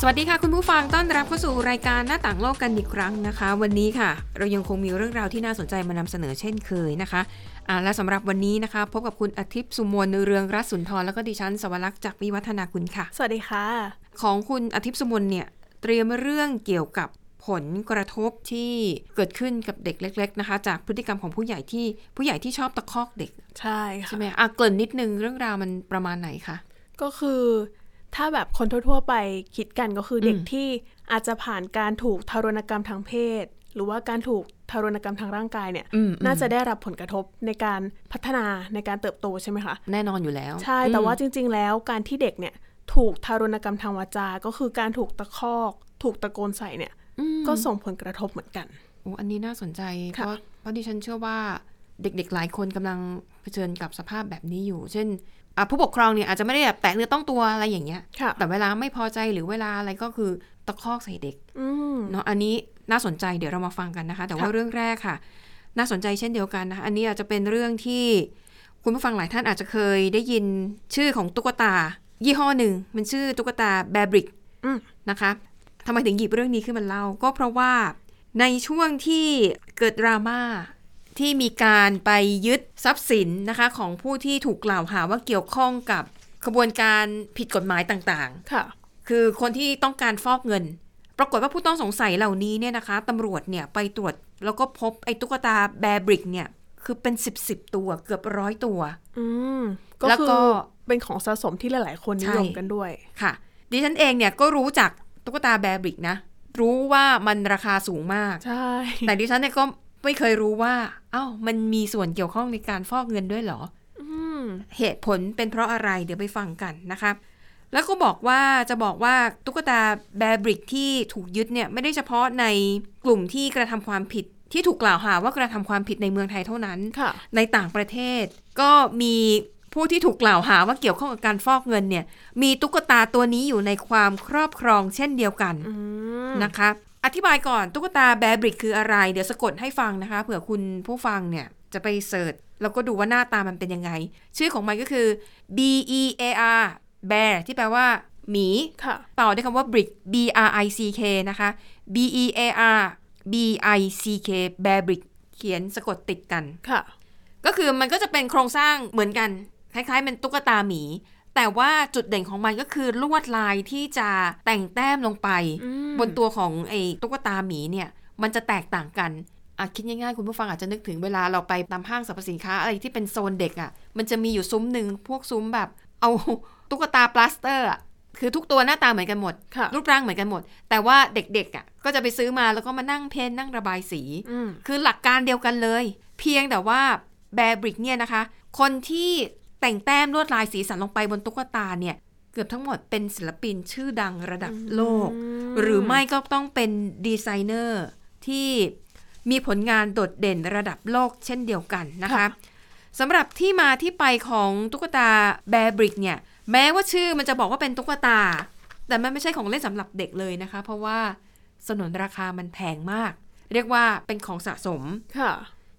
สวัสดีค่ะคุณผู้ฟังต้อนรับเข้าสู่รายการหน้าต่างโลกกันอีกครั้งนะคะ วันนี้ค่ะ เรายังคงมีเรื่องราวที่น่าสนใจมานำเสนอเช่นเคยนะคะอ่าและสำหรับวันนี้นะคะ พบกับคุณอาทิตย์สุมนเรืองรัศนทรแล้วก็ดิฉันสวรักษ์จากวิวัฒนาคุณค่ะ สวัสดีค่ะ ของคุณอาทิตย์สุมนเนี่ยเตรียมเรื่องเกี่ยวกับผลกระทบที่เกิดขึ้นกับเด็กเล็ก ๆนะคะ จากพฤติกรรมของผู้ใหญ่ที่ผู้ใหญ่ที่ชอบตะคอกเด็ก ใช่ ใช่ ค่ะ ไหมอ่ะเกริ่นนิดนึงเรื่องราวมันประมาณไหนคะ ก็คือถ้าแบบคนทั่ว ๆ ไปคิดกันก็คือเด็ก อืม ที่อาจจะผ่านการถูกทารุณกรรมทางเพศ หรือว่าการถูกทารุณกรรมทางร่างกายเนี่ย อืม น่าจะได้รับผลกระทบในการพัฒนาในการเติบโตใช่ไหมคะ แน่นอนอยู่แล้ว ใช่ แต่ว่าจริง ๆ แล้วการที่เด็กเนี่ยถูกทารุณกรรมทางวาจา ก็คือการถูกตะคอก ถูกตะโกนใส่เนี่ย อืม ก็ส่งผลกระทบเหมือนกัน โอ้อันนี้น่าสนใจ เพ ค่ะ ราะเพราะดิฉันเชื่อว่าเด็กๆ หลายคนกำลังเผชิญกับสภาพแบบนี้อยู่ เช่นอ่ะผู้ปกครองเนี่ยอาจจะไม่ได้แบบแตะเนื้อต้องตัวอะไรอย่างเงี้ย ค่ะ แต่เวลาไม่พอใจหรือเวลาอะไรก็คือตะคอกใส่เด็ก อืม เนาะ อันนี้น่าสนใจเดี๋ยวเรามาฟังกันนะคะ แต่ว่า ค่ะ เรื่องแรกค่ะ น่าสนใจเช่นเดียวกันนะคะ อันนี้อาจจะเป็นเรื่องที่คุณผู้ฟังหลายท่านอาจจะเคยได้ยินชื่อของตุ๊กตา ยี่ห้อหนึ่งมันชื่อตุ๊กตาแบริก อืม นะคะทำไมถึงหยิบเรื่องนี้ขึ้นมาเล่า ก็เพราะว่าในช่วงที่เกิดดราม่าที่มีการไปยึดทรัพย์สินนะคะของผู้ที่ถูกกล่าวหาว่าเกี่ยวข้องกับขบวนการผิดกฎหมายต่าง ค่ะ ๆ คือคนที่ต้องการฟอกเงิน ปรากฏว่าผู้ต้องสงสัยเหล่านี้เนี่ยนะคะตำรวจเนี่ยไปตรวจแล้วก็พบไอ้ตุ๊กตาแบร์บริกเนี่ยคือเป็น 10 10 ตัวเกือบร้อยตัว อืม ก็ แล้ว คือ ก็ เป็นของสะสมที่หลาย ๆ คนนิยม ใช่ กันด้วย ค่ะ ดิฉันเองเนี่ยก็รู้จักตุ๊กตาแบร์บริกนะ รู้ว่ามันราคาสูงมาก ใช่ แต่ดิฉันเนี่ยก็ไม่เคยรู้ว่า เอ้า มันมีส่วนเกี่ยวข้องในการฟอกเงินด้วยเหรอ อืม เหตุผลเป็นเพราะอะไรเดี๋ยวไปฟังกันนะคะ แล้วก็บอกว่าจะบอกว่าตุ๊กตาแบร์บริกที่ถูกยึดเนี่ย ไม่ได้เฉพาะในกลุ่มที่กระทำความผิดที่ถูกกล่าวหาว่ากระทำความผิดในเมืองไทยเท่านั้น ค่ะ ในต่างประเทศก็มีผู้ที่ถูกกล่าวหาว่าเกี่ยวข้องกับการฟอกเงินเนี่ย มีตุ๊กตาตัวนี้อยู่ในความครอบครองเช่นเดียวกัน อืม นะคะอธิบายก่อนตุ๊กตาแบร์บริกคืออะไร เดี๋ยวสะกดให้ฟังนะคะเผื่อคุณผู้ฟังเนี่ยจะไปเสิร์ชแล้วก็ดูว่าหน้าตามันเป็นยังไง ชื่อของมันก็คือ B E A R bear ที่แปลว่าหมี ค่ะ ต่อด้วยคำว่า brick B R I C K นะคะ B E A R B I C K bear brick เขียนสะกดติดกัน ค่ะ ก็คือมันก็จะเป็นโครงสร้างเหมือนกัน คล้ายๆเป็นตุ๊กตาหมี แต่ว่าจุดเด่นของมันก็คือลวดลายที่จะแต่งแต้มลงไป อืม บนตัวของไอ้ตุ๊กตาหมีเนี่ย มันจะแตกต่างกันอ่ะคิดง่ายๆ คุณผู้ฟังอาจจะนึกถึงเวลาเราไปตามห้างสรรพสินค้าอะไรที่เป็นโซนเด็กอะ่ะ มันจะมีอยู่ซุ้มหนึ่งพวกซุ้มแบบ เอา ตุ๊กตาปลาสเตอร์อะคือทุกตัวหน้าตาเหมือนกันหมด ค่ะ รูปร่างเหมือนกันหมด แต่ว่าเด็กๆอะ่ะก็จะไปซื้อมาแล้วก็มานั่งเพ้นท์นั่งระบายสี อืม คือหลักการเดียวกันเลย เพียงแต่ว่าแบร์บริกเนี่ยนะคะ คนที่แต่งแต้มลวดลายสีสันลงไปบนตุ๊กตาเนี่ย เกือบทั้งหมดเป็นศิลปินชื่อดังระดับโลก อืม หรือไม่ก็ต้องเป็นดีไซเนอร์ที่มีผลงานโดดเด่นระดับโลกเช่นเดียวกันนะคะสำหรับที่มาที่ไปของตุ๊กตาแบร์บริกเนี่ย แม้ว่าชื่อมันจะบอกว่าเป็นตุ๊กตา แต่มันไม่ใช่ของเล่นสำหรับเด็กเลยนะคะ เพราะว่าสนนราคามันแพงมาก เรียกว่าเป็นของสะสม ค่ะ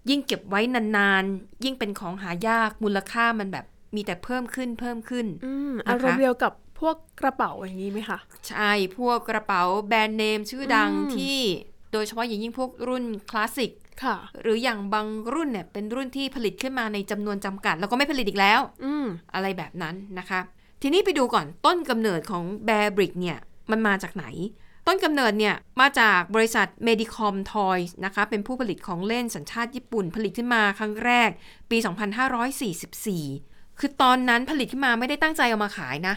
ยิ่งเก็บไว้นานๆ ยิ่งเป็นของหายากมูลค่ามันแบบมีแต่เพิ่มขึ้นเพิ่มขึ้น อืม นะคะ อารมณ์เดียวกับพวกกระเป๋าอย่างนี้ไหมคะ ใช่ พวกกระเป๋าแบรนด์เนมชื่อดัง อืม ที่โดยเฉพาะอย่างยิ่งพวกรุ่นคลาสสิก ค่ะ หรืออย่างบางรุ่นเนี่ยเป็นรุ่นที่ผลิตขึ้นมาในจำนวนจำกัด แล้วก็ไม่ผลิตอีกแล้ว อืม อะไรแบบนั้นนะคะ ทีนี้ไปดูก่อนต้นกำเนิดของแบร์บริกเนี่ยมันมาจากไหน ต้นกำเนิดเนี่ยมาจากบริษัท Medicom Toys นะคะ เป็นผู้ผลิตของเล่นสัญชาติญี่ปุ่น ผลิตขึ้นมาครั้งแรก ปี 2544 คือตอนนั้นผลิตขึ้นมาไม่ได้ตั้งใจเอามาขายนะ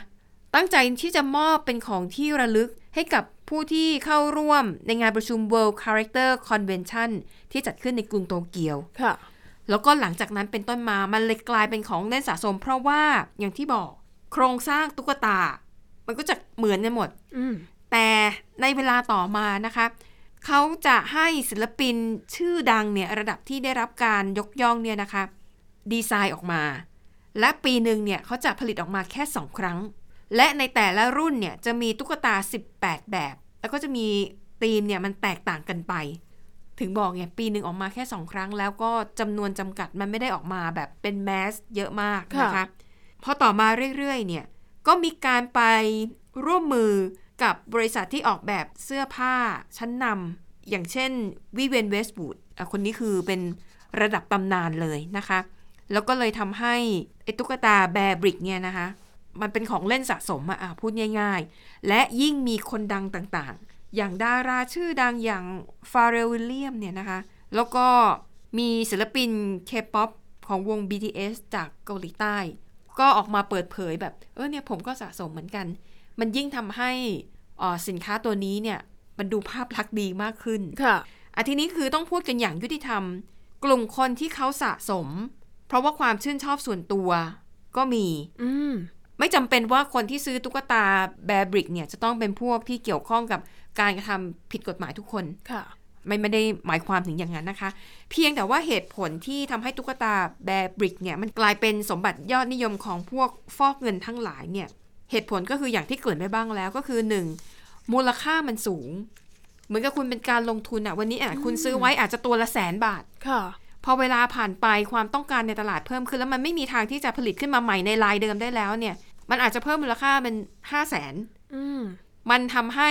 ตั้งใจที่จะมอบเป็นของที่ระลึกให้กับผู้ที่เข้าร่วมในงานประชุม World Character Convention ที่จัดขึ้นในกรุงโตเกียว ค่ะ แล้วก็หลังจากนั้นเป็นต้นมา มันเลยกลายเป็นของเล่นสะสม เพราะว่าอย่างที่บอกโครงสร้างตุ๊กตา มันก็จะเหมือนกันหมด อืม แต่ในเวลาต่อมานะคะ เขาจะให้ศิลปินชื่อดังเนี่ยระดับที่ได้รับการยกย่องเนี่ยนะคะ ดีไซน์ออกมา และปีหนึ่งเนี่ยเขาจะผลิตออกมาแค่ 2 ครั้ง และในแต่ละรุ่นเนี่ยจะมีตุ๊กตา 18 แบบ แล้วก็จะมีธีมเนี่ยมันแตกต่างกันไป ถึงบอกไงปีหนึ่งออกมาแค่ 2 ครั้ง แล้วก็จำนวนจำกัดมันไม่ได้ออกมาแบบเป็นแมสเยอะมากนะคะ ค่ะ พอต่อมาเรื่อยๆเนี่ยก็มีการไปร่วมมือกับบริษัทที่ออกแบบเสื้อผ้าชั้นนำอย่างเช่นวิเวนเวสบูดคนนี้คือเป็นระดับตำนานเลยนะคะ แล้วก็เลยทำให้ไอ้ตุ๊กตาแบร์บริกเนี่ยนะคะ มันเป็นของเล่นสะสมอะอ่ะพูดง่ายๆ และยิ่งมีคนดังต่างๆ อย่างดาราชื่อดังอย่างฟาเรลวิลเลียมเนี่ยนะคะ แล้วก็มีศิลปินเคป๊อปของวง BTS จากเกาหลีใต้ ก็ออกมาเปิดเผยแบบ เออเนี่ยผมก็สะสมเหมือนกัน มันยิ่งทำให้เอ่อสินค้าตัวนี้เนี่ย มันดูภาพลักษณ์ดีมากขึ้น ค่ะ อาทีนี้คือต้องพูดกันอย่างยุติธรรม กลุ่มคนที่เขาสะสม เพราะว่าความชื่นชอบส่วนตัวก็มี อืม ไม่จำเป็นว่าคนที่ซื้อตุ๊กตาแบร์บริกเนี่ยจะต้องเป็นพวกที่เกี่ยวข้องกับการกระทำผิดกฎหมายทุกคน ค่ะ ไม่ไม่ได้หมายความถึงอย่างนั้นนะคะ เพียงแต่ว่าเหตุผลที่ทำให้ตุ๊กตาแบร์บริกเนี่ยมันกลายเป็นสมบัติยอดนิยมของพวกฟอกเงินทั้งหลายเนี่ยเหตุผลก็คืออย่างที่เกริดไปบ้างแล้วก็คือหนึ่งมูลค่ามันสูง เหมือนกับคุณเป็นการลงทุนอะวันนี้อะคุณซื้อไว้อาจจะตัวละแสนบาท ค่ะ พอเวลาผ่านไปความต้องการในตลาดเพิ่มขึ้น แล้วมันไม่มีทางที่จะผลิตขึ้นมาใหม่ในลายเดิมได้แล้วเนี่ย มันอาจจะเพิ่มมูลค่าเป็นห้าแสน อืม มันทำให้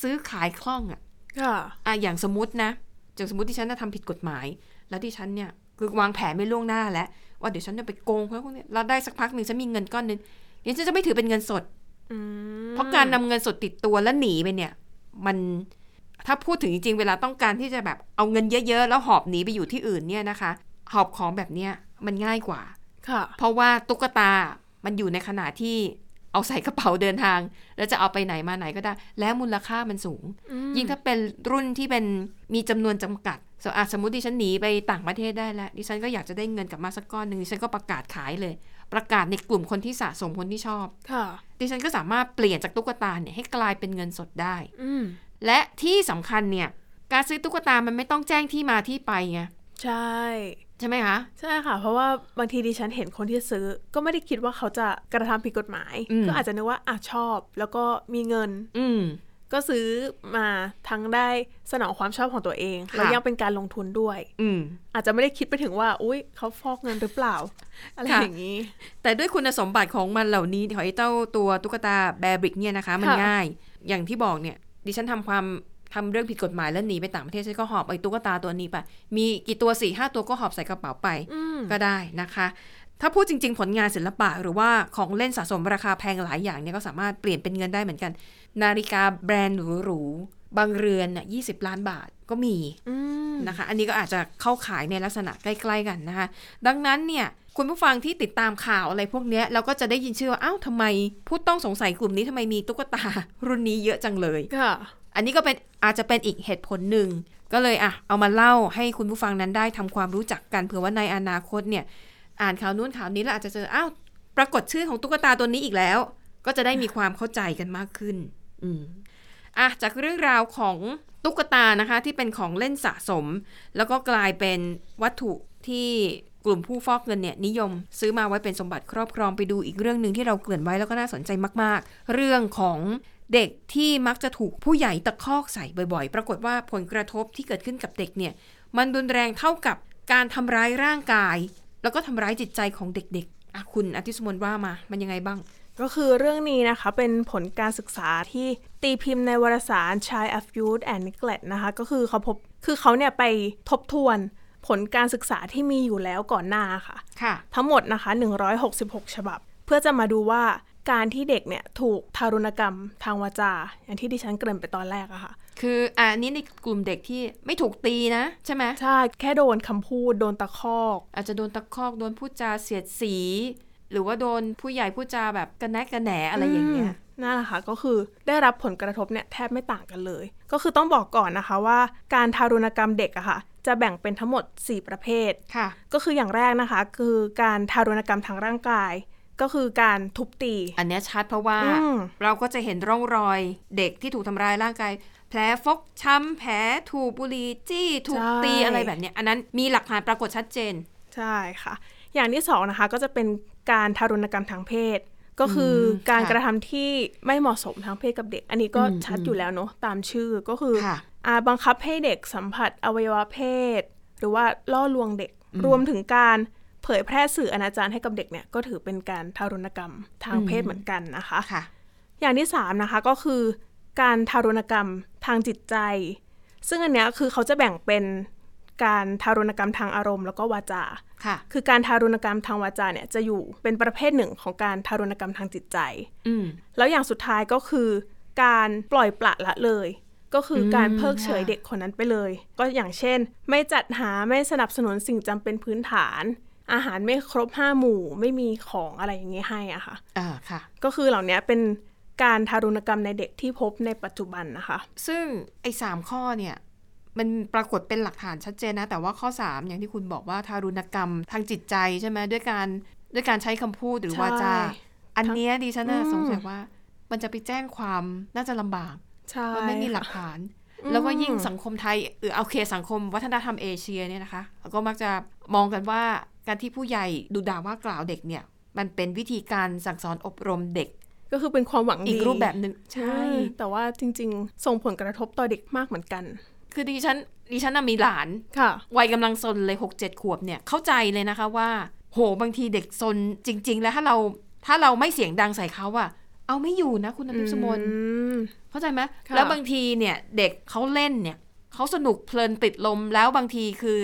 ซื้อขายคล่องอะ ค่ะ อ่ะอย่างสมมตินะอย่างสมมติที่ฉันน่ะทำผิดกฎหมาย แล้วที่ฉันเนี่ยคือวางแผนไม่ล่วงหน้าแล้ว ว่าเดี๋ยวฉันจะไปโกงเขาพวกเนี้ยเราได้สักพักหนึ่งฉันมีเงินก้อนหนึงเดี๋ยวฉันจะไม่ถือเป็นเงินสด อืม เพราะการนำเงินสดติดตัวแล้วหนีไปเนี่ย มันถ้าพูดถึงจริงๆ เวลาต้องการที่จะแบบเอาเงินเยอะๆ แล้วหอบหนีไปอยู่ที่อื่นเนี่ยนะคะ หอบของแบบเนี้ยมันง่ายกว่า ค่ะ เพราะว่าตุ๊กตา มันอยู่ในขณะที่เอาใส่กระเป๋าเดินทาง แล้วจะเอาไปไหนมาไหนก็ได้ และมูลค่ามันสูง อืม ยิ่งถ้าเป็นรุ่นที่เป็นมีจำนวนจำกัดสมมุติอ่ะสมมติดิฉันหนีไปต่างประเทศได้แล้ว ดิฉันก็อยากจะได้เงินกลับมาสักก้อนหนึ่งดิฉันก็ประกาศขายเลย ประกาศในกลุ่มคนที่สะสมคนที่ชอบ ค่ะ ดิฉันก็สามารถเปลี่ยนจากตุ๊กตาเนี่ยให้กลายเป็นเงินสดได้ อืม และที่สำคัญเนี่ยการซื้อตุ๊กตามันไม่ต้องแจ้งที่มาที่ไปไง ใช่ ใช่ไหมคะ ใช่ค่ะ เพราะว่าบางทีดิฉันเห็นคนที่ซื้อ ก็ไม่ได้คิดว่าเขาจะกระทำผิดกฎหมาย อืม ก็อาจจะนึกว่าอ่ะชอบ แล้วก็มีเงิน อืม ก็ซื้อมาทั้งได้สนองความชอบของตัวเอง ค่ะ แล้วยังเป็นการลงทุนด้วย อืม อาจจะไม่ได้คิดไปถึงว่า อุ้ยเขาฟอกเงินหรือเปล่า อะไร ค่ะ อย่างนี้ แต่ด้วยคุณสมบัติของมันเหล่านี้ของไอ้เจ้าตัวตุ๊กตาแบร์บริกเนี่ยนะคะ มัน ค่ะ ง่าย อย่างที่บอกเนี่ย ดิฉันทำความทำเรื่องผิดกฎหมายแล้วหนีไปต่างประเทศฉันก็หอบไอ้ตุ๊กตาตัวนี้ไป มีกี่ตัวสี่ห้าตัวก็หอบใส่กระเป๋าไป อืม ก็ได้นะคะ ถ้าพูดจริง ๆ ผลงานศิลปะหรือว่าของเล่นสะสมราคาแพงหลายอย่างเนี่ยก็สามารถเปลี่ยนเป็นเงินได้เหมือนกัน นาฬิกาแบรนด์หรูๆบางเรือนน่ะยี่สิบล้านบาทก็มี อืม นะคะอันนี้ก็อาจจะเข้าขายในลักษณะใกล้ๆกันนะคะ ดังนั้นเนี่ยคุณผู้ฟังที่ติดตามข่าวอะไรพวกเนี้ยเราก็จะได้ยินชื่อว่าอ้าวทำไมผู้ต้องสงสัยกลุ่มนี้ทำไมมีตุ๊กตา รุ่นนี้เยอะจังเลย ค่ะ อันนี้ก็เป็นอาจจะเป็นอีกเหตุผลหนึ่ง ก็เลยอ่ะเอามาเล่าให้คุณผู้ฟังนั้นได้ทำความรู้จักกันเผื่อว่าในอนาคตเนี่ย อ่านข่าวนู้นข่าวนี้แล้วอาจจะเจออ้าวปรากฏชื่อของตุ๊กตาตัวนี้อีกแล้ว ก็จะได้มีความเข้าใจกันมากขึ้น อืมอ่ะจากเรื่องราวของตุ๊กตานะคะ ที่เป็นของเล่นสะสม แล้วก็กลายเป็นวัตถุที่กลุ่มผู้ฟอกเงินเนี่ยนิยม ซื้อมาไว้เป็นสมบัติครอบครองไปดูอีกเรื่องหนึ่งที่เราเกริ่นไว้แล้วก็น่าสนใจมาก ๆ เรื่องของเด็กที่มักจะถูกผู้ใหญ่ตะคอกใส่บ่อยๆ ปรากฏว่าผลกระทบที่เกิดขึ้นกับเด็กเนี่ย มันรุนแรงเท่ากับการทำร้ายร่างกาย แล้วก็ทำร้ายจิตใจของเด็กๆอ่ะคุณอธิสมนต์ว่ามา มันยังไงบ้าง ก็คือเรื่องนี้นะคะเป็นผลการศึกษาที่ตีพิมพ์ในวารสาร Child of Youth and Neglect นะคะก็คือเขาพบคือเขาเนี่ยไปทบทวนผลการศึกษาที่มีอยู่แล้วก่อนหน้าค่ะ ค่ะ ทั้งหมดนะคะ 166 ฉบับ เพื่อจะมาดูว่าการที่เด็กเนี่ยถูกทารุณกรรมทางวาจา อย่างที่ดิฉันเกริ่นไปตอนแรกอะค่ะ คืออ่ะอันนี้ในกลุ่มเด็กที่ไม่ถูกตีนะ ใช่ไหม ใช่ แค่โดนคำพูด โดนตะคอก อาจจะโดนตะคอกโดนพูดจาเสียดสี หรือว่าโดนผู้ใหญ่พูดจาแบบกระแนะกระแหนอะไรอย่างเงี้ย มนั่นแหละค่ะก็คือได้รับผลกระทบเนี่ยแทบไม่ต่างกันเลย ก็คือต้องบอกก่อนนะคะว่าการทารุณกรรมเด็กอะค่ะ จะแบ่งเป็นทั้งหมด 4 ประเภท ค่ะ ก็คืออย่างแรกนะคะ คือการทารุณกรรมทางร่างกาย ก็คือการทุบตี อันเนี้ยชัดเพราะว่า อืม เราก็จะเห็นร่องรอยเด็กที่ถูกทำร้ายร่างกาย แผลฟกช้ำแผลถูกบุหรี่จี้ถูกตีอะไรแบบเนี้ยอันนั้นมีหลักฐานปรากฏชัดเจน ใช่ค่ะ อย่างที่สองนะคะก็จะเป็นการทารุณกรรมทางเพศ ก็คืออ ม การ ค่ะ กระทำที่ไม่เหมาะสมทางเพศกับเด็ก อันนี้ก็ อืม ชัด อืม อยู่แล้วเนาะตามชื่อก็คือ ค่ะ อาบังคับให้เด็กสัมผัสอวัยวะเพศ หรือว่าล่อลวงเด็ก อืม รวมถึงการเผยแพร่สื่ออนาจารให้กับเด็กเนี่ยก็ถือเป็นการทารุณกรรมทาง อืม เพศเหมือนกันนะคะ ค่ะ อย่างที่สามนะคะก็คือการทารุณกรรมทางจิตใจ ซึ่งอันเนี้ยคือเขาจะแบ่งเป็นการทารุณกรรมทางอารมณ์แล้วก็วาจา ค่ะ คือการทารุณกรรมทางวาจาเนี่ยจะอยู่เป็นประเภทหนึ่งของการทารุณกรรมทางจิตใจ อืม แล้วอย่างสุดท้ายก็คือ การปล่อยปละละเลย ก็คืออ ม การเพิกเฉย ค่ะ เด็กคนนั้นไปเลย ก็อย่างเช่น ไม่จัดหาไม่สนับสนุนสิ่งจำเป็นพื้นฐาน อาหารไม่ครบห้าหมู่ไม่มีของอะไรอย่างนี้ให้อะค่ะ อ่าค่ะ ก็คือเหล่าเนี้ยเป็นการทารุณกรรมในเด็กที่พบในปัจจุบันนะคะ ซึ่งไอ้สามข้อเนี่ย มันปรากฏเป็นหลักฐานชัดเจนนะ แต่ว่าข้อ 3 อย่างที่คุณบอกว่าทารุณกรรมทางจิตใจใช่ไหมด้วยการด้วยการใช้คำพูดหรือวาจา ใช่ อันเนี้ยดิฉันน่ะ อืม สงสัยว่า มันจะไปแจ้งความน่าจะลำบาก ใช่ มันไม่มีหลักฐาน แล้วก็ยิ่งสังคมไทยเออเอาเคสังคมวัฒนธรรมเอเชียเนี่ยนะคะ ก็มักจะมองกันว่าการที่ผู้ใหญ่ดูด่าว่ากล่าวเด็กเนี่ย มันเป็นวิธีการสั่งสอนอบรมเด็ก ก็คือเป็นความหวังดี อีกรูปแบบหนึ่ง ใช่ ใช่ แต่ว่าจริงๆ ส่งผลกระทบต่อเด็กมากเหมือนกัน คือดิฉันดิฉันน่ะมีหลาน ค่ะ วัยกำลังซนเลยหกเจ็ดขวบเนี่ยเข้าใจเลยนะคะว่า โหบางทีเด็กซนจริง ๆ แล้วถ้าเราถ้าเราไม่เสียงดังใส่เขาอะเอาไม่อยู่นะคุณอภิสมนเข้าใจไหม ค่ะ แล้วบางทีเนี่ยเด็กเขาเล่นเนี่ยเขาสนุกเพลินติดลมแล้วบางทีคือ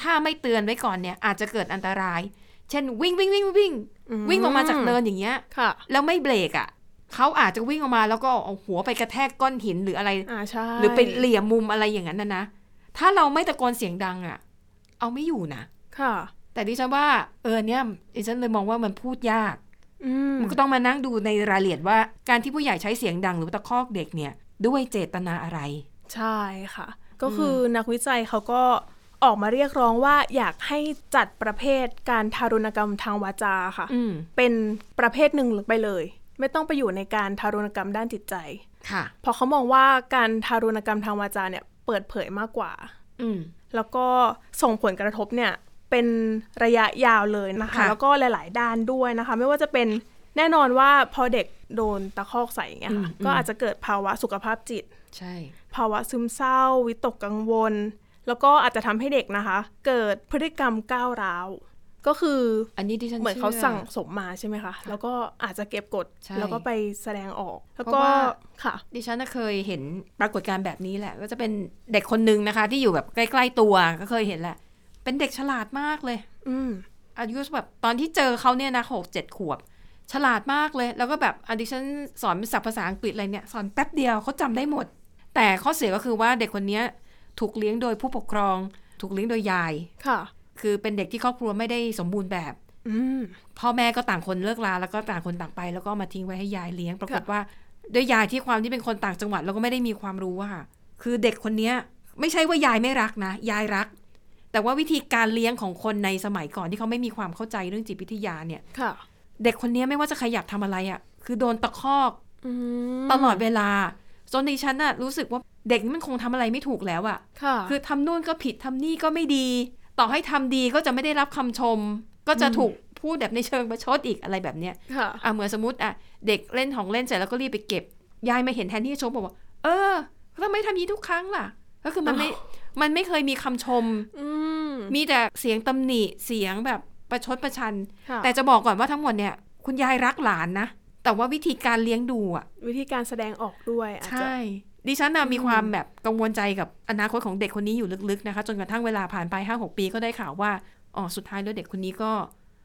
ถ้าไม่เตือนไว้ก่อนเนี่ยอาจจะเกิดอันตราย เช่นวิ่งวิ่งวิ่งวิ่งวิ่งลงมาจากเนินอย่างเงี้ย ค่ะ แล้วไม่เบรกอะเขาอาจจะวิ่งออกมาแล้วก็เอาหัวไปกระแทกก้อนหินหรืออะไร อ่าใช่ หรือไปเหลี่ยมมุมอะไรอย่างนั้นนะนะ ถ้าเราไม่ตะโกนเสียงดังอะ่ะ เอาไม่อยู่นะ ค่ะ แต่ดิฉันว่า เออเนี่ยดิฉันเลยมองว่ามันพูดยาก อืม มันก็ต้องมานั่งดูในรายละเอียดว่า การที่ผู้ใหญ่ใช้เสียงดังหรือตะคอกเด็กเนี่ย ด้วยเจตนาอะไร ใช่ค่ะ ก็คืออนักวิจัยเขาก็ออกมาเรียกร้องว่าอยากให้จัดประเภทการทารุณกรรมทางวาจาค่ะ อืม เป็นประเภทหนึ่งไปเลย ไม่ต้องไปอยู่ในการทารุณกรรมด้านจิตใจ ค่ะ เพราะเขามองว่าการทารุณกรรมทางวาจาเนี่ยเปิดเผยมากกว่า อืม แล้วก็ส่งผลกระทบเนี่ยเป็นระยะยาวเลยนะคะ ค่ะ แล้วก็หลาย ๆ ด้านด้วยนะคะ ไม่ว่าจะเป็นแน่นอนว่าพอเด็กโดนตะคอกใส่อย่างเงี้ยค่ะ อืมอืม ก็อาจจะเกิดภาวะสุขภาพจิต ใช่ ภาวะซึมเศร้า วิตกกังวล แล้วก็อาจจะทำให้เด็กนะคะ เกิดพฤติกรรมก้าวร้าว ก็คือ อันนี้ดิฉัน เหมือนเขา ชื่ สั่งสมมาใช่ไหมคะแล้วก็อาจจะเก็บกด ใช่ แล้วก็ไปแสดงออก แล้ว เพ ก็ ราะว่า ค่ะ ดิฉันน่ะเคยเห็นปรากฏการณ์แบบนี้แหละ ก็จะเป็นเด็กคนนึงนะคะ ที่อยู่แบบใกล้ ๆตัวก็เคยเห็นแหละ เป็นเด็กฉลาดมากเลย อืม อายุแบบตอนที่เจอเขาเนี่ยนะหกเจ็ดขวบ ฉลาดมากเลย แล้วก็แบบอดิฉันสอนศัพท์ภาษาอังกฤษอะไรเนี่ย สอนแป๊บเดียวเขาจำได้หมด แต่ข้อเสียก็คือว่าเด็กคนเนี้ยถูกเลี้ยงโดยผู้ปกครอง ถูกเลี้ยงโดยยาย ค่ะ คือเป็นเด็กที่ครอบครัวไม่ได้สมบูรณ์แบบ อืม พ่อแม่ก็ต่างคนเลิกลาแล้วก็ต่างคนต่างไป แล้วก็เอามาทิ้งไว้ให้ยายเลี้ยงปรากฏ ค่ะ ว่าด้วยยายที่ความที่เป็นคนต่างจังหวัดแล้วก็ไม่ได้มีความรู้ว่าคือเด็กคนเนี้ยไม่ใช่ว่ายายไม่รักนะ ยายรัก แต่ว่าวิธีการเลี้ยงของคนในสมัยก่อนที่เขาไม่มีความเข้าใจเรื่องจิตวิทยาเนี่ย ค่ะ เด็กคนเนี้ยไม่ว่าจะขยับทำอะไรอะ่ะคือโดนตะคอก อืม ตลอดเวลาจนดิฉันน่ะรู้สึกว่าเด็กนี่มันคงทำอะไรไม่ถูกแล้วอ่ะ ค่ะ คือทำนู่นก็ผิดทำนี่ก็ไม่ดี ต่อให้ทำดีก็จะไม่ได้รับคำชม ก็จะถูกพูดแบบในเชิงประชดอีกอะไรแบบเนี้ย ค่ะ อ่ะเหมือนสมมติอ่ะเด็กเล่นของเล่นเสร็จแล้วก็รีบไปเก็บ ยายมาเห็นแทนที่จะชมบอกว่า เออทำไมทำนี้ทุกครั้งล่ะ ก็คือมันไม่มันไม่เคยมีคำชม อืม มีแต่เสียงตำหนิเสียงแบบประชดประชัน ค่ะ แต่จะบอกก่อนว่าทั้งหมดเนี่ย คุณยายรักหลานนะ แต่ว่าวิธีการเลี้ยงดูอ่ะ วิธีการแสดงออกด้วยอาจจะ ใช่ ดิฉันนะมีความแบบกังวลใจกับอนาคตของเด็กคนนี้อยู่ลึกๆนะคะ จนกระทั่งเวลาผ่านไป 5 6 ปีก็ได้ข่าวว่า อ๋อ สุดท้ายแล้วเด็กคนนี้ก็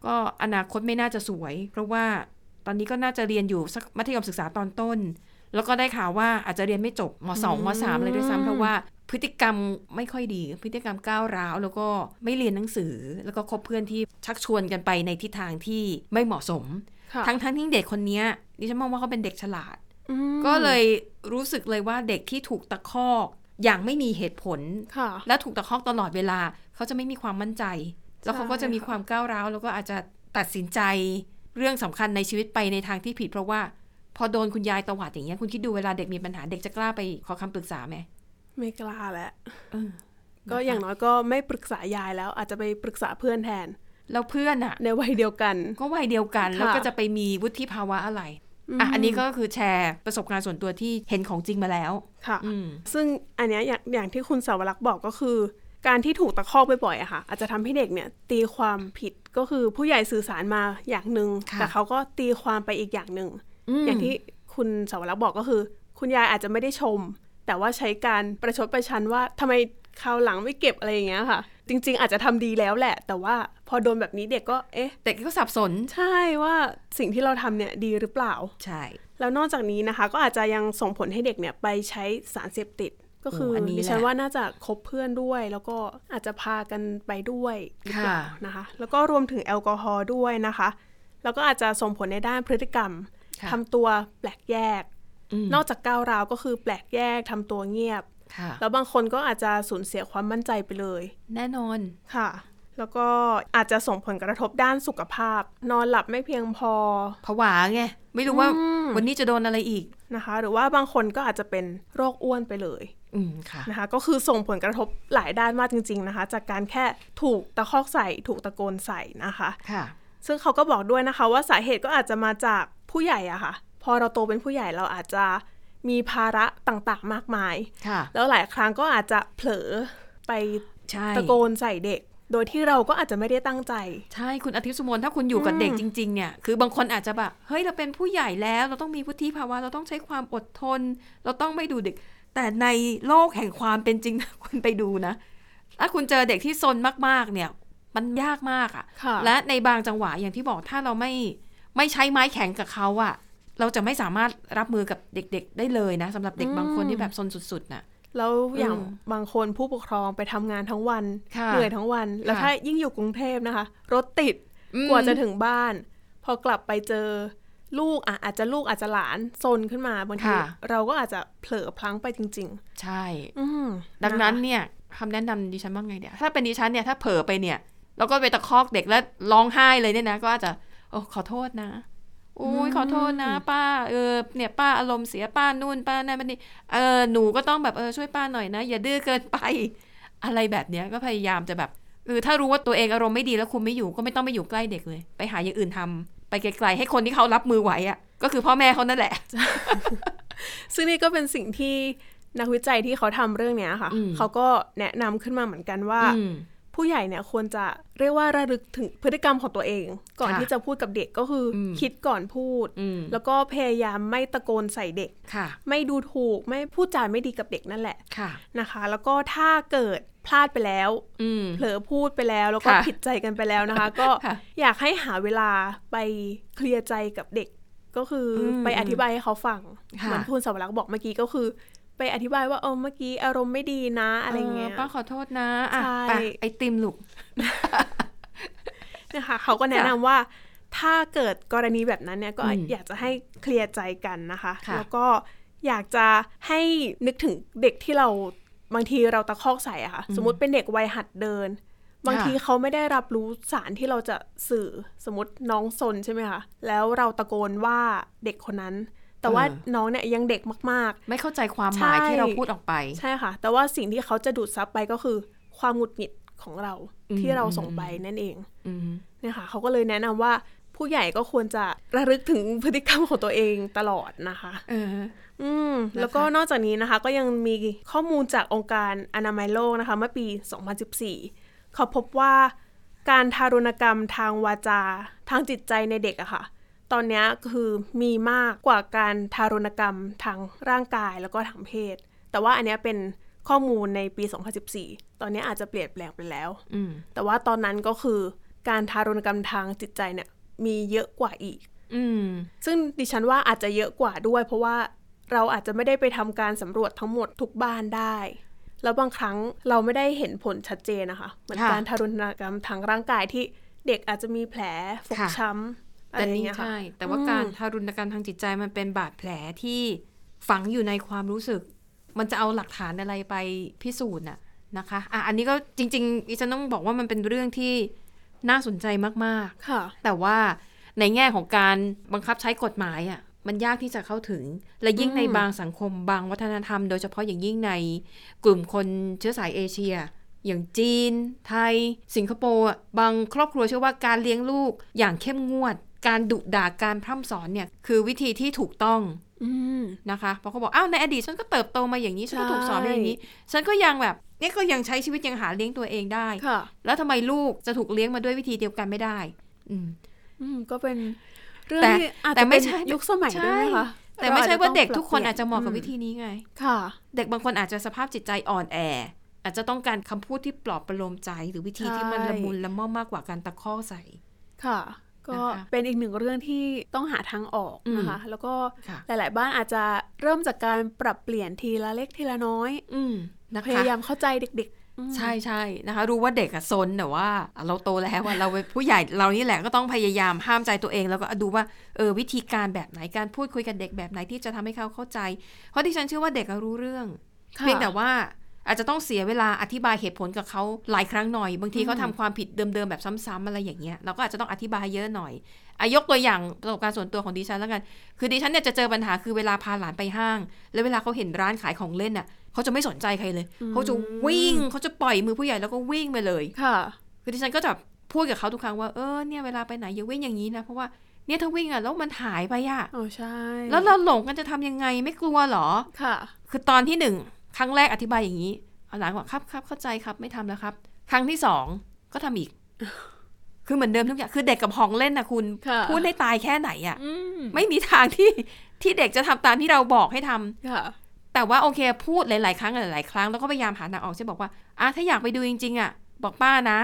ก็อนาคตไม่น่าจะสวย เพราะว่าตอนนี้ก็น่าจะเรียนอยู่สักมัธยมศึกษาตอนต้น แล้วก็ได้ข่าวว่าอาจจะเรียนไม่จบมสองมสามเลยด้วยซ้ำเพราะว่าพฤติกรรมไม่ค่อยดี พฤติกรรมก้าวร้าว แล้วก็ไม่เรียนหนังสือ แล้วก็คบเพื่อนที่ชักชวนกันไปในทิศทางที่ไม่เหมาะสม ค่ะ ทั้งทั้งๆที่เด็กคนเนี้ยดิฉันมองว่าเขาเป็นเด็กฉลาด อืม ก็เลยรู้สึกเลยว่าเด็กที่ถูกตะคอกอย่างไม่มีเหตุผล ค่ะ และถูกตะคอกตลอดเวลา เขาจะไม่มีความมั่นใจ แล้วเขาก็จะมีความก้าวร้าว แล้วก็อาจจะตัดสินใจเรื่องสำคัญในชีวิตไปในทางที่ผิด เพราะว่า พอโดนคุณยายตวาดอย่างเงี้ยคุณคิดดูเวลาเด็กมีปัญหาเด็กจะกล้าไปขอคำปรึกษาไหม ไม่กล้าแล้ว เออ ก็อย่างน้อยก็ไม่ปรึกษายายแล้ว อาจจะไปปรึกษาเพื่อนแทน แล้วเพื่อนอะ ในวัยเดียวกัน ก็วัยเดียวกัน ค่ะ แล้วก็จะไปมีวุฒิภาวะอะไรอ่ะ อืม อันนี้ก็คือแชร์ประสบการณ์ส่วนตัวที่เห็นของจริงมาแล้ว ค่ะ อืม ซึ่งอันเนี้ยอย่างอย่างที่คุณสาวรักษ์บอกก็คือ การที่ถูกตะคอกบ่อยๆอะค่ะ อาจจะทำให้เด็กเนี่ยตีความผิดก็คือผู้ใหญ่สื่อสารมาอย่างหนึ่ง ค่ะ แต่เขาก็ตีความไปอีกอย่างหนึ่ง ม อย่างที่คุณสาวรักษ์บอกก็คือ คุณยายอาจจะไม่ได้ชม แต่ว่าใช้การประชดประชันว่าทำไมคราวหลังไม่เก็บอะไรอย่างเงี้ยค่ะ จริง ๆ อาจจะทำดีแล้วแหละ แต่ว่าพอโดนแบบนี้เด็กก็เอ๊ะ แต่ก็สับสน ใช่ว่าสิ่งที่เราทำเนี่ยดีหรือเปล่า ใช่ แล้วนอกจากนี้นะคะ ก็อาจจะยังส่งผลให้เด็กเนี่ยไปใช้สารเสพติด ก็คืออน นี้ ดิฉัน แหละ ว่าน่าจะคบเพื่อนด้วย แล้วก็อาจจะพากันไปด้วยหรือเปล่า ค่ะ นะคะ แล้วก็รวมถึงแอลกอฮอล์ด้วยนะคะ แล้วก็อาจจะส่งผลในด้านพฤติกรรม ค่ะ ทำตัวแปลกแยก ม นอกจากก้าวร้าวก็คือแปลกแยกทำตัวเงียบ ค่ะ แล้วบางคนก็อาจจะสูญเสียความมั่นใจไปเลย แน่นอน ค่ะ แล้วก็อาจจะส่งผลกระทบด้านสุขภาพ นอนหลับไม่เพียงพอ ผวาไง ไม่รู้ว่า อืม วันนี้จะโดนอะไรอีก นะคะ หรือว่าบางคนก็อาจจะเป็นโรคอ้วนไปเลย อืมค่ะ นะคะ ก็คือส่งผลกระทบหลายด้านมากจริง ๆนะคะ จากการแค่ถูกตะคอกใส่ ถูกตะโกนใส่นะคะ ค่ะ ซึ่งเขาก็บอกด้วยนะคะว่าสาเหตุก็อาจจะมาจากผู้ใหญ่อะค่ะ พอเราโตเป็นผู้ใหญ่เราอาจจะมีภาระต่างๆมากมาย ค่ะ แล้วหลายครั้งก็อาจจะเผลอไป ใช่ ตะโกนใส่เด็ก โดยที่เราก็อาจจะไม่ได้ตั้งใจ ใช่คุณอาทิตย์สุมนถ้าคุณอยู่กับ อืม เด็กจริง ๆ เนี่ย คือบางคนอาจจะแบบ เฮ้ย เราเป็นผู้ใหญ่แล้ว เราต้องมีวุฒิภาวะ เราต้องใช้ความอดทน เราต้องไม่ดูเด็ก แต่ในโลกแห่งความเป็นจริงนะ คุณไปดูนะ ถ้าคุณเจอเด็กที่ซนมากๆ เนี่ย มันยากมากอะ และ และในบางจังหวะอย่างที่บอกถ้าเราไม่ไม่ใช้ไม้แข็งกับเขาอะเราจะไม่สามารถรับมือกับเด็กๆ ได้เลยนะสำหรับเด็กบางคนที่แบบซนสุดๆน่ะ แล้วอย่าง อืม บางคนผู้ปกครองไปทำงานทั้งวัน ค่ะ เหนื่อยทั้งวัน แล้ว ค่ะ ถ้ายิ่งอยู่กรุงเทพนะคะ รถติด อืม กว่าจะถึงบ้าน พอกลับไปเจอลูกอ่ะอาจจะลูกอาจจะหลานซนขึ้นมาบางที ค่ะ เราก็อาจจะเผลอพลั้งไปจริง ใช่ ๆ อืม ดังนั้นะคะเนี่ยคำแนะนำดิฉันว่าไงเดี๋ยวถ้าเป็นดิฉันเนี่ยถ้าเผลอไปเนี่ยแล้วก็ไปตะคอกเด็กแล้วร้องไห้เลยเนี่ยนะ ก็อาจจะโอ้ขอโทษนะโอ้ยขอโทษนะ ป้าเออเนี่ยป้าอารมณ์เสียป้านู่นป้านั่นป้านี่เออหนูก็ต้องแบบเออช่วยป้าหน่อยนะ อย่าดื้อเกินไป อะไรแบบเนี้ยก็พยายามจะแบบเออถ้ารู้ว่าตัวเองอารมณ์ไม่ดีแล้วคุมไม่อยู่ก็ไม่ต้องไปอยู่ใกล้เด็กเลย ไปหาอย่างอื่นทำไปไกลๆให้คนที่เขารับมือไหวอะ่ะก็คือพ่อแม่เขานั่นแหละ ซึ่งนี่ก็เป็นสิ่งที่นักวิจัยที่เขาทำเรื่องเนี้ยค่ะ อืม เขาก็แนะนำขึ้นมาเหมือนกันว่า อืม ผู้ใหญ่เนี่ยควรจะเรียกว่าระลึกถึงพฤติกรรมของตัวเอง ก่อน ค่ะ ที่จะพูดกับเด็กก็คืออ ม คิดก่อนพูด อืม แล้วก็พยายามไม่ตะโกนใส่เด็ก ค่ะ ไม่ดูถูกไม่พูดจาไม่ดีกับเด็กนั่นแหละ ค่ะ นะคะ แล้วก็ถ้าเกิดพลาดไปแล้ว อืม เผลอพูดไปแล้วแล้วก็ ค่ะ ผิดใจกันไปแล้วนะคะ ก็ ค่ะ อยากให้หาเวลาไปเคลียร์ใจกับเด็ก ก็คืออ ม ไปอธิบายให้เขาฟัง ค่ะ เหมือนคุณสาวรักษ์บอกเมื่อกี้ก็คือ ไปอธิบายว่าเออเมื่อกี้อารมณ์ไม่ดีนะอะไรเงี้ย ป้าขอโทษนะอ่ะ ใช่ ไปไอติมลู ก นะคะเขาก็แนะนำว่าถ้าเกิดกรณีแบบนั้นเนี่ยก็ อืม อยากจะให้เคลียร์ใจกันนะคะ ค่ะ แล้วก็อยากจะให้นึกถึงเด็กที่เราบางทีเราตะคอกใส่อะค่ะสมมติเป็นเด็กวัยหัดเดิน บางทีเขาไม่ได้รับรู้สารที่เราจะสื่อสมมติน้องซนใช่ไหมคะแล้วเราตะโกนว่าเด็กคนนั้น แต่ว่าน้องเนี่ยยังเด็กมาก ไม่เข้าใจความหมาย ใช่ ที่เราพูดออกไป ๆ ใช่ค่ะ แต่ว่าสิ่งที่เขาจะดูดซับไปก็คือ ความหงุดหงิดของเราที่เราส่งไปนั่นเอง อืม เนี่ยค่ะเขาก็เลยแนะนำว่าผู้ใหญ่ก็ควรจะระลึกถึงพฤติกรรมของตัวเองตลอดนะคะ เออ อืม นะคะ แล้วก็นอกจากนี้นะคะ ก็ยังมีข้อมูลจากองค์การอนามัยโลกนะคะ เมื่อปี 2014 เขาพบว่าการทารุณกรรมทางวาจา ทางจิตใจในเด็กอะค่ะ ตอนเนี้ยคือมีมากกว่าการทารุณกรรมทางร่างกายแล้วก็ทางเพศ แต่ว่าอันเนี้ยเป็นข้อมูลในปี 2014 ตอนเนี้ยอาจจะเปลี่ยนแปลงไปแล้ว อืม แต่ว่าตอนนั้นก็คือการทารุณกรรมทางจิตใจเนี่ยมีเยอะกว่าอีก อืม ซึ่งดิฉันว่าอาจจะเยอะกว่าด้วย เพราะว่าเราอาจจะไม่ได้ไปทำการสำรวจทั้งหมดทุกบ้านได้ แล้วบางครั้งเราไม่ได้เห็นผลชัดเจนนะคะเหมือนการทารุณกรรมทางร่างกายที่เด็กอาจจะมีแผลฟกช้ำอะไร แต่ อย่าง นี่ เงี้ยค่ะ ใช่ แต่ว่า อืม การทารุณกรรมทางจิตใจมันเป็นบาดแผลที่ฝังอยู่ในความรู้สึก มันจะเอาหลักฐานอะไรไปพิสูจน์น่ะนะคะอ่ะอันนี้ก็จริงๆดิฉันต้องบอกว่ามันเป็นเรื่องที่น่าสนใจมากๆ ค่ะ แต่ว่าในแง่ของการบังคับใช้กฎหมายอ่ะมันยากที่จะเข้าถึง และยิ่ง อืม ในบางสังคมบางวัฒนธรรม โดยเฉพาะอย่างยิ่งในกลุ่มคนเชื้อสายเอเชีย อย่างจีน ไทย สิงคโปร์อะบางครอบครัวเชื่อว่าการเลี้ยงลูกอย่างเข้มงวด การดุด่าการพร่ำสอนเนี่ยคือวิธีที่ถูกต้อง อืม นะคะเพราะเขาบอกอ้าวในอดีตฉันก็เติบโตมาอย่างนี้ฉันก็ ใช่ ถูกสอนมาอย่างนี้ ฉันก็ยังแบบเนี่ยก็ยังใช้ชีวิตยังหาเลี้ยงตัวเองได้ ค่ะ แล้วทำไมลูกจะถูกเลี้ยงมาด้วยวิธีเดียวกันไม่ได้ อืม อืมก็เป็นเรื่อง แต่ ที่อาจ แต่ จะ ไม่ เป็น ใช่ ยุคสมัยด้วยนะคะ ใช่แต่ไม่ใช่ว่าเด็กทุกคน ร อาจจะเหมาะกับ ป วิ ลี่ยน ธีนี้ไง ค่ะ เด็กบางคนอาจจะสภาพจิตใจอ่อนแอ อาจจะต้องการคำพูดที่ปลอบประโลมใจ หรือวิธีที่มัน ใช่ ละมุนละม่อมมากกว่าการตะคอกใส่ ค่ะ ก็ นะคะ เป็นอีกหนึ่งเรื่องที่ต้องหาทางออกนะคะ แล้วก็ ค่ะ หลาย ๆ บ้านอาจจะเริ่มจากการปรับเปลี่ยนทีละเล็กทีละน้อย อืมนะ พ คะ ยายามเข้าใจเด็ก ๆอืม ใช่ใช่นะคะ รู้ว่าเด็กอะซนแต่ว่าอ่ะเราโตแล้วว่าเราเป็นผู้ใหญ่เรานี่แหละก็ต้องพยายามห้ามใจตัวเอง แล้วก็ดูว่าเออวิธีการแบบไหนการพูดคุยกับเด็กแบบไหนที่จะทำให้เขาเข้าใจ เพราะที่ฉันเชื่อว่าเด็กอะรู้เรื่อง ค่ะ เพียงแต่ว่าอาจจะต้องเสียเวลาอธิบายเหตุผลกับเขาหลายครั้งหน่อย บางทีเขาทำความผิดเดิมๆแบบซ้ำๆอะไรอย่างเงี้ยเราก็อาจจะต้องอธิบายเยอะหน่อยอายกตัวอย่างประสบการณ์ส่วนตัวของดิฉันแล้วกัน คือดิฉันเนี่ยจะเจอปัญหาคือเวลาพาหลานไปห้าง แล้วเวลาเขาเห็นร้านขายของเล่นน่ะเขาจะไม่สนใจใครเลยเขาจะวิ่งเขาจะปล่อยมือผู้ใหญ่แล้วก็วิ่งไปเลย ค่ะ คือดิฉันก็จะพูดกับเขาทุกครั้งว่าเออเนี่ยเวลาไปไหนอย่าวิ่งอย่างนี้นะเพราะว่าเนี่ยถ้าวิ่งอ่ะแล้วมันหายไปอ่ะ อ๋อใช่ แล้วเราหลงกันจะทำยังไงไม่กลัวเหรอ ค่ะ คือตอนที่หนึ่งครั้งแรกอธิบายอย่างนี้หลังบอกครับครับเข้าใจครับไม่ทำแล้วครับ ครั้งที่สองก็ทำอีก คือเหมือนเดิมทุกอย่างคือเด็กกับของเล่นนะคุณ ค่ะ พูดให้ตายแค่ไหนอะ อืม ไม่มีทางที่ที่เด็กจะทำตามที่เราบอกให้ทำ ค่ะ แต่ว่าโอเค พูดหลาย ๆ ครั้งหลาย ๆ ครั้งแล้วก็พยายามหาทางออกเช่นบอกว่าอ่ะถ้าอยากไปดูจริง ๆอะบอกป้านะ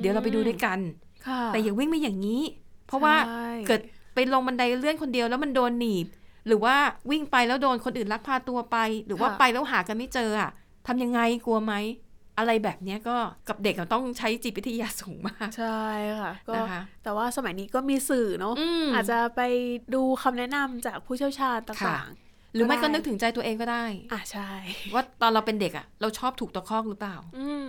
เดี๋ยวเราไปดูด้วยกัน ค่ะ แต่อย่าวิ่งมาอย่างนี้ เพราะว่า ใช่ เกิดไปลงบันไดเลื่อนคนเดียวแล้วมันโดนหนีบ หรือว่าวิ่งไปแล้วโดนคนอื่นลักพาตัวไป หรือว่าไปแล้วหากันไม่เจออะทำยังไงกลัวไหม อะไรแบบเนี้ยก็กับเด็กอะต้องใช้จิตวิทยาสูงมาก ใช่ค่ะ ก็ นะคะ แต่ว่าสมัยนี้ก็มีสื่อเนาะ อืม อาจจะไปดูคำแนะนำจากผู้เชี่ยวชาญต ค่ะ ่างๆ หรือไม่ก็นึกถึงใจตัวเองก็ได้ อ่ะใช่ ว่าตอนเราเป็นเด็กอะเราชอบถูกตะคอกหรือเปล่า อืม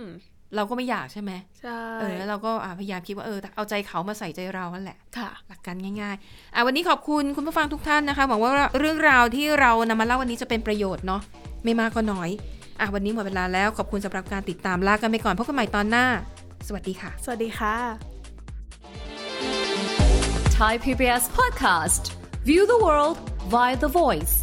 เราก็ไม่อยากใช่ไหม ใช่ เออแล้วเราก็อ่ะพยายามคิดว่าเออเอาใจเขามาใส่ใจเรานั่นแหละ ค่ะ หลักการง่ายๆอ่ะวันนี้ขอบคุณคุณผู้ฟังทุกท่านนะคะ หวังว่าเรื่องราวที่เรานำมาเล่าวันนี้จะเป็นประโยชน์เนาะ ไม่มากก็น้อย อ่ะวันนี้หมดเวลาแล้วขอบคุณสำหรับการติดตามลากันไปก่อนพบกันใหม่ตอนหน้า สวัสดีค่ะ สวัสดีค่ะ Thai PBS podcast. View the world via the voice.